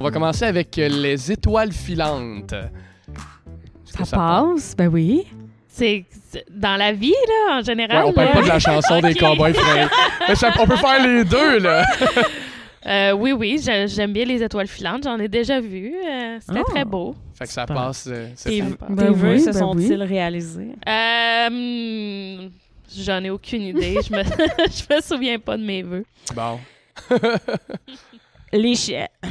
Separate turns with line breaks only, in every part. On va commencer avec euh, les étoiles filantes. Est-ce que
Ça, passe, ben oui.
C'est c'est- dans la vie, là, en
Ouais,
général.
on parle
là.
pas de la chanson des
Ok.
cowboys fringants. Mais ça- on peut faire les deux, là.
Euh, oui, oui, j'a- j'aime bien les étoiles filantes. J'en ai déjà vu. euh, C'était
Ah.
très beau.
Fait que ça
Super.
passe. euh, c'est
Tes,
fou.
sympa.
tes
Ben
vœux
oui,
bah
se
ben
sont-ils réalisés?
Euh, hmm, J'en ai aucune idée. Je me, je me souviens pas de mes vœux.
Bon.
Les chèvres.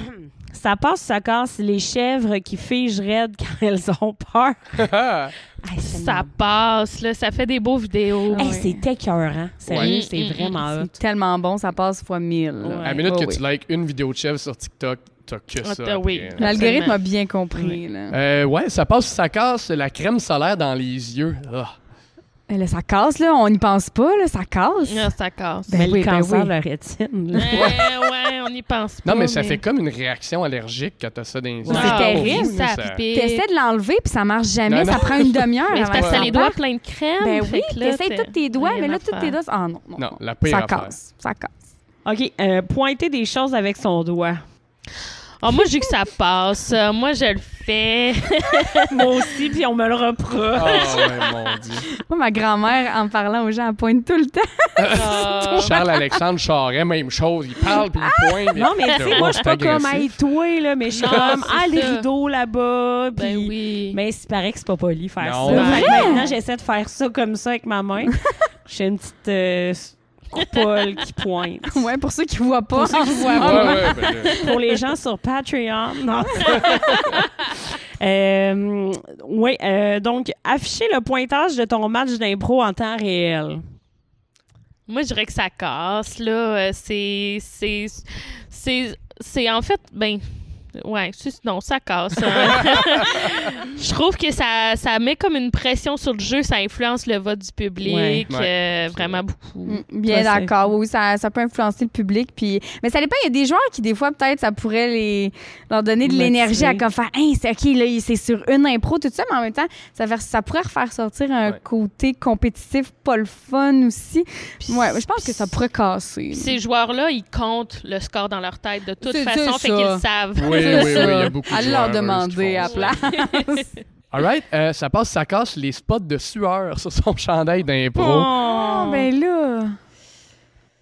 Ça passe ou ça casse les chèvres qui figent raides quand elles ont peur. Hey, c'est
Ça passe, là. Ça fait des beaux vidéos.
tellement- Hey, c'est écœurant. Sérieux,
Ouais.
c'est
Mm, mm,
vraiment hot.
C'est tellement bon, ça passe fois mille.
Ouais.
À la minute
oui,
que
oui.
tu likes une vidéo de chef sur TikTok, t'as que
Ah,
ça.
t'as- oui.
après.
L'algorithme
Absolument.
a bien compris. Là.
Euh, ouais, ça passe, ça casse la crème solaire dans les yeux. Ah.
Mais Eh, là, ça casse, là. On n'y pense pas, là. Ça casse.
Non, Ah, ça casse.
Ben
Mais
oui,
le
ben
cancer
oui.
de la rétine,
Ben,
Ouais,
là.
ouais, on y pense pas.
Non, mais, ça fait comme une réaction allergique quand t'as ça dans les yeux.
C'est
Ah, oui,
terrible,
Ça,
ça.
pique.
T'essaies de l'enlever, puis ça marche jamais.
Non,
Ça
non.
prend une demi-heure.
Mais c'est
avant
parce que
que
t'as
ça
les doigts
parte.
pleins de crème.
Ben
fait
oui,
que là,
t'essayes
t'as-
tous tes doigts,
rien
mais là,
à
tous tes
faire.
doigts... Ah non, non,
Non,
non.
la pire
Ça
affaire.
casse, ça casse.
OK, euh, pointer des choses avec son doigt.
Ah, moi, je dis que ça passe. Euh, Moi, je le fais.
Moi aussi, puis on me le reproche.
Oh, ouais, mon Dieu.
Moi, ma grand-mère, en parlant aux gens, elle pointe tout le temps.
Euh,
Ah.
Charles-Alexandre Charret, même chose. Il parle puis il pointe.
Ah! Non, mais tu sais, moi, je suis pas comme
agressif.
hey, toi, là, mais je suis
Non,
comme
c'est
ah, les
ça.
rideaux là-bas. puis-
Ben oui.
Mais c'est paraît que c'est pas poli faire
Non.
ça.
Ouais.
Fait que maintenant, j'essaie de faire ça comme ça avec ma main. J'ai une petite euh, coupole qui pointe.
Ouais, pour ceux qui voient pas.
Pour ceux qui
en ce
voient
moment.
pas.
Ouais, ouais, ben, euh,
Pour les gens sur Patreon. Non. Euh, oui, euh, donc, afficher le pointage de ton match d'impro en temps réel.
Moi, je dirais que ça casse, là. Euh, C'est. C'est. C'est. c'est- en fait. Ben. Ouais, c'est- non, ça casse. hein. je trouve que ça, ça met comme une pression sur le jeu, ça influence le vote du public
Ouais.
euh,
Ouais.
vraiment beaucoup.
Mm, Bien
Ouais, c'est-
d'accord, oui, ça, ça peut influencer le public. Puis... Mais ça dépend, il y a des joueurs qui, des fois, peut-être, ça pourrait les... leur donner de
Motiver.
l'énergie à comme faire, Hein, c'est OK, là, il- c'est sur une impro, tout ça, mais en même temps, ça, fait- ça pourrait refaire sortir un
Ouais.
côté compétitif, pas le fun aussi.
Puis-
Ouais, je pense que ça pourrait casser.
puis Ces joueurs-là, ils comptent le score dans leur tête de toute
C'est-
façon,
c'est
fait qu'ils
ça.
le savent.
Oui, oui, oui, il y a beaucoup de
Allez leur
joueurs, eux, qui
demander
font
à
ça.
place.
All right, euh, ça passe, ça casse les spots de sueur sur son chandail d'impro.
Oh,
Ah, ben là.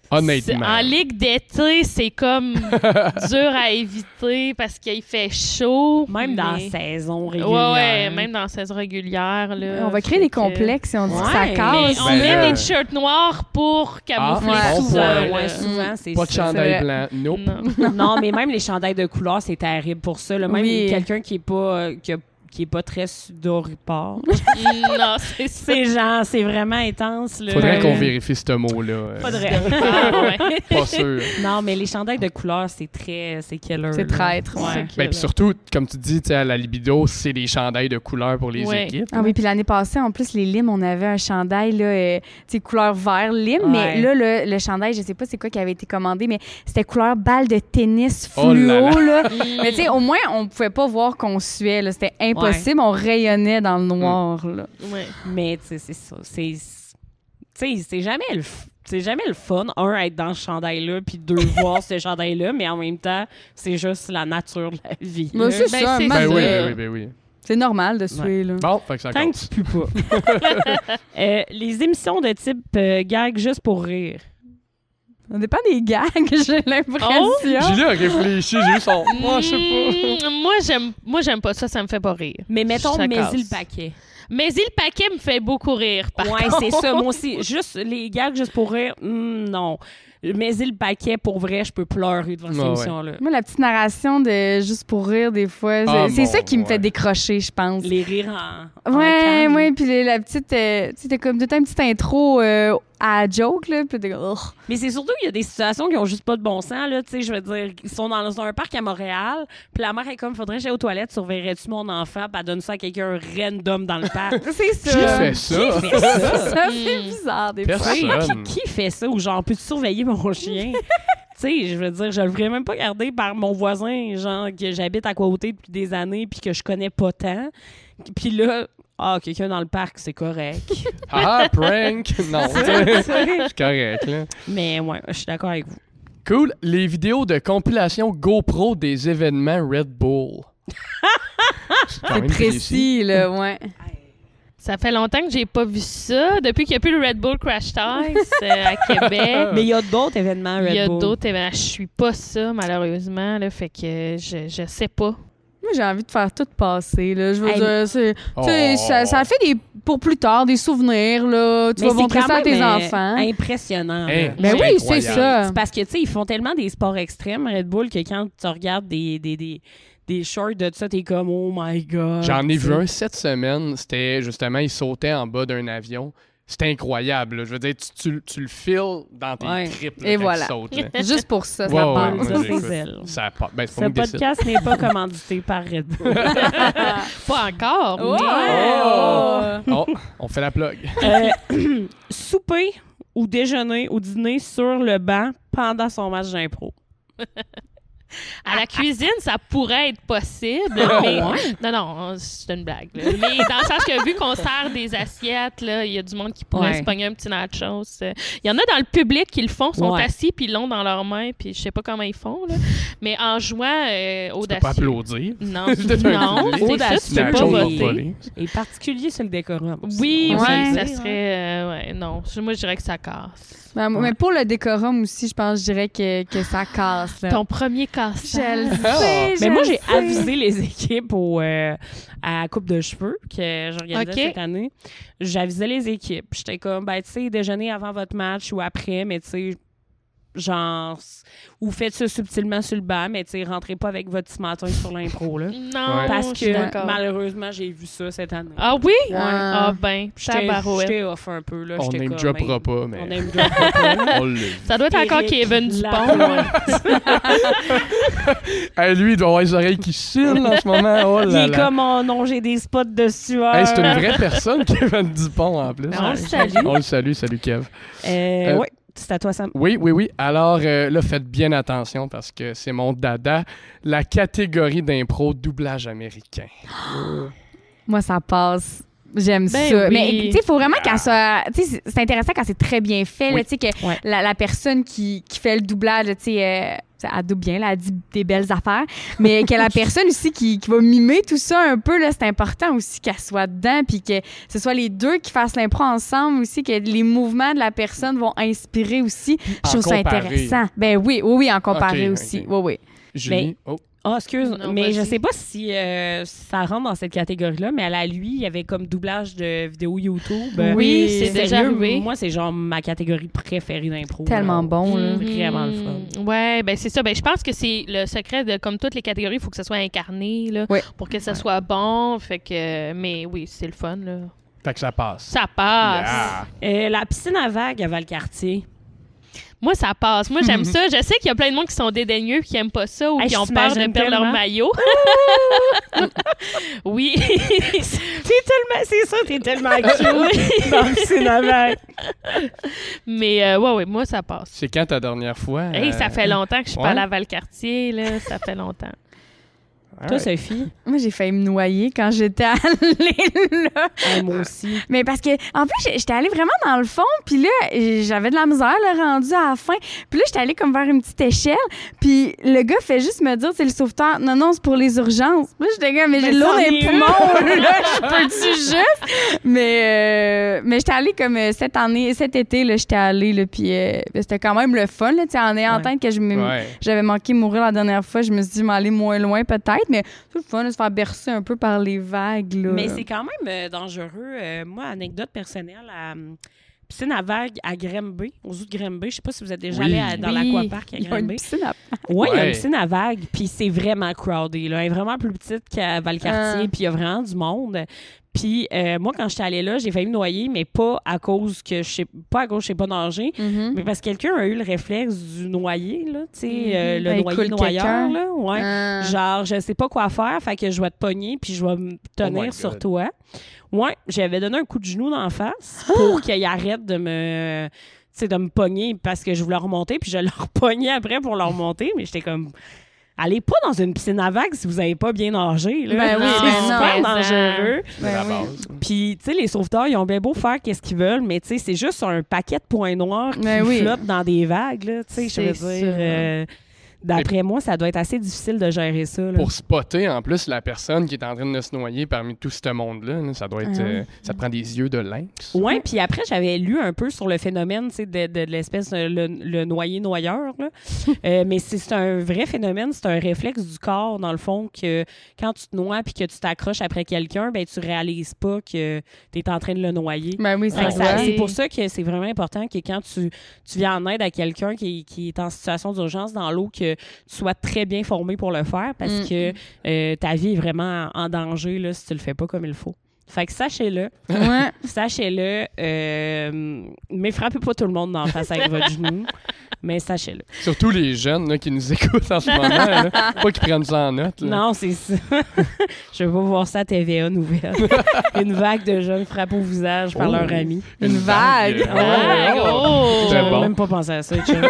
C'est-
Honnêtement.
En ligue d'été, c'est comme dur à éviter parce qu'il fait chaud.
Même dans la
mais-
saison
Ouais,
régulière.
ouais, même dans la saison régulière. Là,
On va créer
Fait
des
Euh, que-
complexes et on dit que ça
Ouais.
Mais
casse.
on
Ben
met
là-
des t-shirts noirs pour camoufler
Ah,
tout
bon
ça.
point.
là.
Ouais, souvent, c'est
Pas de
ça.
chandail
c'est
blanc. Nope.
Non.
non, mais même les chandails de couleur, c'est terrible pour ça. là. Même
Oui.
quelqu'un qui est pas euh, qui, a- qui est pas très sudoripore.
Mm, non, c'est ça.
c'est genre, c'est vraiment intense. Là. Ben,
Faudrait
Euh,
qu'on vérifie ce mot-là. euh,
Faudrait.
Ah, ouais.
Pas sûr.
non, mais les chandails de couleur, c'est très, c'est killer.
C'est
là.
traître, ouais.
Ouais.
Ben, puis surtout, comme tu dis, tu sais, à la libido, c'est les chandails de couleur pour les
Ouais.
équipes.
Ah oui, puis l'année passée, en plus, les limes, on avait un chandail, là, euh, tu sais, couleur vert lime,
Ouais.
mais là, le, le chandail, je sais pas c'est quoi qui avait été commandé, mais c'était couleur balle de tennis fluo,
Oh là là.
là.
Mm.
Mais tu sais, au moins, on pouvait pas voir qu'on suait, là. C'était impossible, on rayonnait dans le noir, là.
Ouais.
Mais tu sais, c'est ça. C'est, tu sais, c'est jamais le, f- c'est jamais le fun. Un être dans ce chandail-là, puis deux voir ce chandail-là, mais en même temps, c'est juste la nature de la vie.
Mais c'est
Ben,
ça,
c'est
man,
Ben
ça.
oui,
euh,
ben oui, ben oui.
c'est normal de suer, là.
Bon, fait que ça
Tant que
compte.
tu pues pas. Euh, les émissions de type euh, gag juste pour rire.
On dépend des gags,
Oh,
j'ai l'impression.
Julie a réfléchi, j'ai eu son. Moi, je sais
Mm, Moi, j'aime, moi, j'aime pas ça, ça me fait pas rire.
Mais mettons,
Ça
mais
casse.
le paquet.
Mais il paquet me fait beaucoup rire, par
ouais,
contre.
c'est ça. Moi aussi, juste les gags juste pour rire, hmm, non. Mais le paquet, pour vrai, je peux pleurer devant cette
Ouais, ouais.
émission-là.
Moi, la petite narration de juste pour rire, des fois, c'est
Ah,
c'est
mon-
ça qui me
ouais.
fait décrocher, je pense.
Les rires en. en
Ouais,
canne.
ouais, puis le- la petite, euh, tu sais, t'as comme tout un petit intro euh, à joke, là, puis t'es comme, oh. Ugh.
Mais c'est surtout, il y a des situations qui ont juste pas de bon sens, là. Tu sais, je veux dire, ils sont dans un parc à Montréal, puis la mère est comme, faudrait que j'aille aux toilettes, surveillerais-tu mon enfant, puis elle donne ça à quelqu'un random dans le parc.
c'est ça.
pas.
Hmm.
Qui fait ça?
Qui fait ça?
Ça, c'est bizarre, des fois.
Oui,
Personne.
qui, qui fait ça? Ou genre, peux-tu surveiller mon chien? tu sais, je veux dire, je le voudrais même pas garder par mon voisin, genre, que j'habite à côté depuis des années puis que je connais pas tant. Puis là, ah, quelqu'un dans le parc, c'est correct.
Ah, prank! Non, c'est correct, là.
Mais ouais, je suis d'accord avec vous.
Cool. Les vidéos de compilation GoPro des événements Red Bull. quand
C'est
même
précis, là, ouais.
Ça fait longtemps que j'ai pas vu ça. Depuis qu'il n'y a plus le Red Bull Crash Test euh, à Québec,
Mais il y a d'autres événements, Red
il y a
Bull.
d'autres événements. Je suis pas ça, malheureusement. Là, fait que je, je sais pas.
Moi, j'ai envie de faire tout passer, là. Je veux
Hey.
dire, c'est- tu sais,
Oh.
ça, ça fait des, pour plus tard des souvenirs, là. Tu
Mais
vas
c'est
montrer
quand
ça à
même,
tes
euh,
enfants.
Impressionnant.
Hey,
là.
Mais
Hein? C'est
oui, c'est
incroyable.
ça.
C'est parce que, tu sais, ils font tellement des sports extrêmes, Red Bull, que quand tu regardes des, des, des, des shorts de ça, t'es comme, oh my god.
J'en ai
Tu
vu
sais.
un cette semaine. C'était justement, il sautait en bas d'un avion. C'était incroyable. là. Je veux dire, tu, tu- tu le files dans tes
Ouais.
tripes là,
Et
quand
voilà.
il saute. là.
Juste pour ça, ça
Ouais, ouais,
part.
moi,
Ça,
j'écoute.
c'est zèle.
Ça a pas- ben, c'est
Ce
pas nous décide.
podcast n'est pas commandité par Red Bull.
Pas encore.
Ouais.
mais-
Oh! Oh, on fait la plug.
Euh, souper ou déjeuner ou dîner sur le banc pendant son match d'impro.
À la cuisine, ça pourrait être possible,
Ah,
mais... Non, non, c'est une blague. là. Mais dans le sens que vu qu'on sert des assiettes, là, il y a du monde qui pourrait
Ouais.
se pogner un petit nachos. euh. Il y en a dans le public qui le font, sont
Ouais.
assis, puis ils l'ont dans leurs mains, puis je sais pas comment ils font, là. Mais en jouant euh,
Tu peux pas
audacieux...
applaudir.
Non,
Peut-être un
non,
public.
c'est ça, tu
Audacieux.
peux
La
pas
chose va
voter.
voler.
Et particulier sur le décorum. aussi.
Oui,
On
oui,
va le
ça
dire, hein.
serait... euh, ouais, non, Je- moi, je dirais que ça casse.
Ben, moi, Mais pour le décorum aussi, je pense, je dirais que, que ça casse, là.
Ton premier casse.
Je le
Ah.
sais,
Mais
je
Ben, moi,
le
j'ai
sais.
avisé les équipes au, euh, à la Coupe de cheveux que j'organisais
Ok.
cette année. J'avisais les équipes. J'étais comme, ben, tu sais, déjeuner avant votre match ou après, mais tu sais, genre, s- ou faites ça subtilement sur le banc, mais tu sais, rentrez pas avec votre petit menton sur l'impro, là.
Non,
Ouais.
Parce
je suis
que,
d'accord.
malheureusement, j'ai vu ça cette année.
Oh. Ah oui?
Ouais.
Ah ben,
J'étais
tabarouette.
j'étais off un peu, là.
On
J'étais
name
comme,
droppera
ben,
pas,
On
mais
aime droppera pas.
on l'a vu.
Ça doit être encore
Éric
Kevin Dupont.
Lapointe.
là.
Hey, lui, il doit avoir les oreilles qui chillent en ce moment. Oh
Il
là
est
là.
comme, euh, oh non, j'ai des spots de sueur.
Hey, c'est une vraie personne, Kevin Dupont, en plus.
Ben, on
Ah.
le salue.
On le salue, salut Kev.
Euh,
Euh,
ouais, c'est à toi, Sam.
Oui, oui, oui. Alors euh, là, faites bien attention parce que c'est mon dada. La catégorie d'impro doublage américain.
Moi, ça passe. J'aime
Ben
ça.
oui.
Mais tu sais, il faut vraiment qu'elle soit. Tu sais, c'est- c'est intéressant quand c'est très bien fait, là,
Oui.
tu sais, que
Ouais.
la, la personne qui, qui fait le doublage, là, tu sais, euh, elle double bien, là, elle dit des belles affaires. Mais que la personne aussi qui, qui va mimer tout ça un peu, là, c'est important aussi qu'elle soit dedans, puis que ce soit les deux qui fassent l'impro ensemble aussi, que les mouvements de la personne vont inspirer aussi. Je
En
trouve ça
comparer.
intéressant. Ben oui, oui, oui, en comparer
Ok,
aussi.
ok.
Oui, oui.
Julie, oh,
Ah, excuse,
Non,
mais je
vas-y.
sais pas si euh, ça rentre dans cette catégorie-là, mais à la lui, il y avait comme doublage de vidéos YouTube. Euh,
Oui, c'est
sérieux,
déjà arrivé.
Moi, c'est genre ma catégorie préférée d'impro.
Tellement
là.
bon, là.
Mhm.
Vraiment le fun.
Ouais, ben c'est ça. Ben je pense que c'est le secret de comme toutes les catégories, il faut que ça soit incarné là,
Ouais.
pour que ça soit bon. Fait que, mais oui, c'est le fun là.
fait que ça passe.
Ça passe.
Yeah.
Euh, la piscine à vagues à Valcartier.
Moi, ça passe. Moi, j'aime ça. Je sais qu'il y a plein de monde qui sont dédaigneux, qui aiment pas ça ou
Hey,
qui
je
ont peur de
t'imagine
perdre leur
tellement.
maillot. oui.
T'es tellement. C'est ça, t'es tellement cute dans la piscine à vagues.
mais euh, ouais, ouais, moi ça passe.
C'est quand ta dernière fois? euh,
Hey,
Euh,
ça fait longtemps que je suis pas
ouais.
allée à Valcartier là, ça fait longtemps.
Toi, Sophie,
Moi, j'ai failli me noyer quand j'étais allée là.
euh, moi aussi.
Mais parce que, en plus, j'ai- j'étais allée vraiment dans le fond, puis là, j'avais de la misère, là, rendue à la fin. Puis là, j'étais allée comme vers une petite échelle, puis le gars fait juste me dire, c'est le sauveteur, non, non, c'est pour les urgences. Moi, j'étais comme, mais j'ai
Mais
de l'eau dans
ça,
les
mieux.
poumons, là, je peux-tu juste? Mais, euh, mais j'étais allée comme euh, cette année, cet été, là, j'étais allée, là, puis euh, ben, c'était quand même le fun, là, tu sais, en ayant en
Ouais.
tête que je me
Ouais.
j'avais manqué mourir la dernière fois. Je me suis dit, je vais aller moins loin peut-être, mais c'est le fun de se faire bercer un peu par les vagues. Là.
Mais c'est quand même euh, dangereux. Euh, moi, anecdote personnelle, à euh, piscine à vagues à Grimby, aux eaux de Grimby. Je sais pas si vous êtes déjà
Oui.
allé à- dans
Oui.
l'aquapark à
Ils ont une
Grimby.
piscine à-
Oui, il y a
Ouais.
une piscine à vagues, puis c'est vraiment crowded. Là. Elle est vraiment plus petite qu'à Valcartier,
Ah.
puis il y a vraiment du monde. Puis euh, moi, quand j'étais allée là, j'ai failli me noyer, mais pas à cause que je sais pas à cause que je sais pas nager,
Mm.
mais parce que quelqu'un a eu le réflexe du noyer, là, tu sais, euh, le
Ben, il
noyer
coule
noyeur,
quelqu'un.
là, ouais.
Ah.
Genre, je sais pas quoi faire, fait que je vais te pogner puis je vais me
Oh my
tenir sur
God.
toi. Ouais, j'avais donné un coup de genou dans la face pour qu'il arrête de me tu sais, de me pogner parce que je voulais remonter puis je leur pognais après pour leur remonter mais j'étais comme Allez pas dans une piscine à vagues si vous n'avez pas bien nagé. là.
Ben oui,
c'est
ben
super
non.
dangereux.
C'est la base.
Puis, tu sais, les sauveteurs, ils ont bien beau faire qu'est-ce qu'ils veulent, mais tu sais, c'est juste un paquet de points noirs qui
Ben oui. hein.
flottent dans des vagues, là. Tu sais, je
C'est
veux
ça.
dire. euh, D'après moi, ça doit être assez difficile de gérer ça. là.
Pour spotter en plus la personne qui est en train de se noyer parmi tout ce monde-là, là, ça doit être.
Ah
euh, ça te prend des yeux de lynx.
Oui, puis après, j'avais lu un peu sur le phénomène tu sais, de, de, de l'espèce, euh, le, le noyer-noyeur. là. Euh, mais c'est c'est un vrai phénomène, c'est un réflexe du corps, dans le fond, que quand tu te noies puis que tu t'accroches après quelqu'un, ben tu réalises pas que tu es en train de le noyer.
Ben oui,
Fait
ça
Ouais.
que
se
ça-
voit.
C'est pour ça que c'est vraiment important que quand tu, tu viens en aide à quelqu'un qui, qui est en situation d'urgence dans l'eau, que tu sois très bien formé pour le faire parce
Mm.
que euh, ta vie est vraiment en danger là, si tu le fais pas comme il faut. Fait que sachez-le.
Ouais.
Sachez-le, euh, mais frappez pas tout le monde dans la face avec votre genou, mais sachez-le.
Surtout les jeunes là, qui nous écoutent en ce moment. là. Pas qu'ils prennent ça en note. là.
Non, c'est ça. Je veux pas voir ça à TVA nouvelle. Une vague de jeunes frappent au visage par
Oh.
leurs amis.
Une vague.
Ah
euh, ouais, ouais, ouais.
oh!
Très
J'avais
bon.
même pas pensé à ça. chum.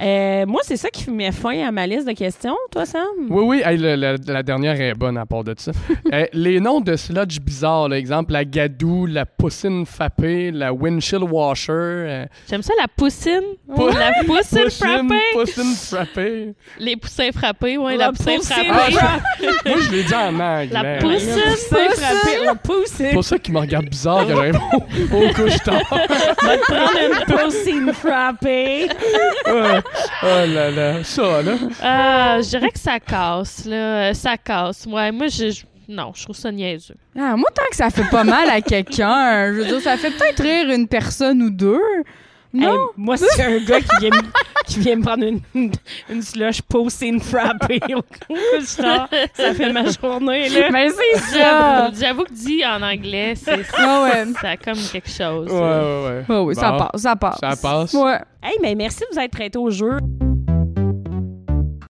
Euh, moi, c'est ça qui met fin à ma liste de questions, toi, Sam?
Oui, oui, hey, le- la, la dernière est bonne à part de ça. Euh, les noms de sludge bizarres, là, exemple la gadou, la poussine fappée, la windshield washer, euh,
J'aime ça, la poussine.
Pou-
La poussine
poussine,
frappée.
poussine frappée.
Les poussins frappés, ouais, la, poussine
poussine.
Ah,
frappée.
je- moi, je l'ai dit en anglais. hein.
La
Le
poussine.
poussin frappé, le poussin.
C'est pour ça qu'ils me regardent bizarre que j'arrive au, au couche-tard.
Va te prendre une poussine frappée.
Euh, oh là là, ça là.
Ah, je dirais que ça casse, là. Euh, Ça casse. Ouais, moi, je. je- Non, je trouve ça niaiseux.
Ah, moi, tant que ça fait pas mal à quelqu'un, je veux dire, ça fait peut-être rire une personne ou deux.
Hey,
Non?
moi, c'est un gars qui vient, me- qui vient me prendre une, une, une slush poussine frappée au coup de char. Ça fait ma journée, là.
Mais c'est ça!
J'avoue j'avoue que dit en anglais, c'est ça.
Ah ouais.
Ça a comme quelque chose.
Ouais, ouais, ouais.
Oh oui, ça
Bon,
passe, ça passe.
Ça passe.
Ouais.
Hey, mais merci de vous être prêté au jeu.